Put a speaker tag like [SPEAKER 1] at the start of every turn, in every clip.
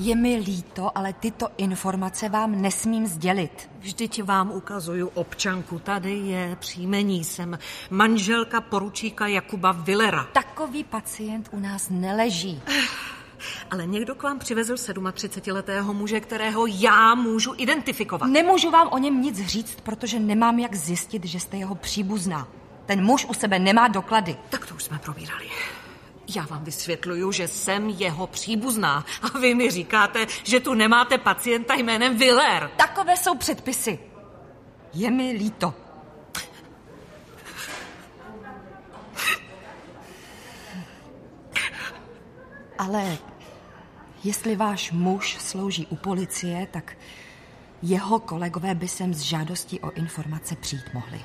[SPEAKER 1] Je mi líto, ale tyto informace vám nesmím sdělit.
[SPEAKER 2] Vždyť vám ukazuju občanku. Tady je příjmení. Jsem manželka poručíka Jakuba Vilera.
[SPEAKER 1] Takový pacient u nás neleží.
[SPEAKER 2] Ale někdo k vám přivezl 37-letého muže, kterého já můžu identifikovat.
[SPEAKER 1] Nemůžu vám o něm nic říct, protože nemám jak zjistit, že jste jeho příbuzná. Ten muž u sebe nemá doklady.
[SPEAKER 2] Tak to už jsme probírali. Já vám vysvětluju, že jsem jeho příbuzná a vy mi říkáte, že tu nemáte pacienta jménem Willer.
[SPEAKER 1] Takové jsou předpisy. Je mi líto. Ale jestli váš muž slouží u policie, tak jeho kolegové by sem s žádostí o informace přijít mohli.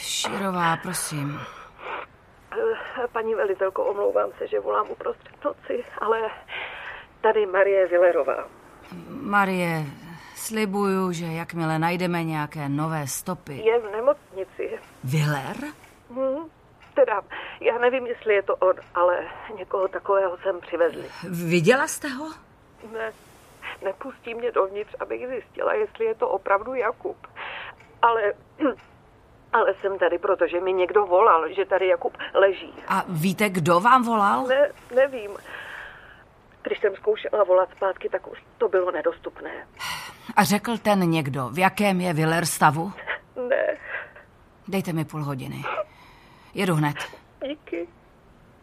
[SPEAKER 3] Širová, prosím.
[SPEAKER 4] Eh, Paní velitelko, omlouvám se, že volám uprostřed noci, ale tady Marie Villerová.
[SPEAKER 3] Marie, slibuju, že jakmile najdeme nějaké nové stopy...
[SPEAKER 4] Je v nemocnici.
[SPEAKER 3] Viller?
[SPEAKER 4] Hm, teda, já nevím, jestli je to on, ale někoho takového jsem přivezli.
[SPEAKER 3] Viděla jste ho?
[SPEAKER 4] Ne, nepustí mě dovnitř, abych zjistila, jestli je to opravdu Jakub. Ale ale jsem tady, protože mi někdo volal, že tady Jakub leží.
[SPEAKER 3] A víte, kdo vám volal?
[SPEAKER 4] Ne, nevím. Když jsem zkoušela volat zpátky, tak už to bylo nedostupné.
[SPEAKER 3] A řekl ten někdo, v jakém je Willer stavu?
[SPEAKER 4] Ne.
[SPEAKER 3] Dejte mi půl hodiny. Jedu hned.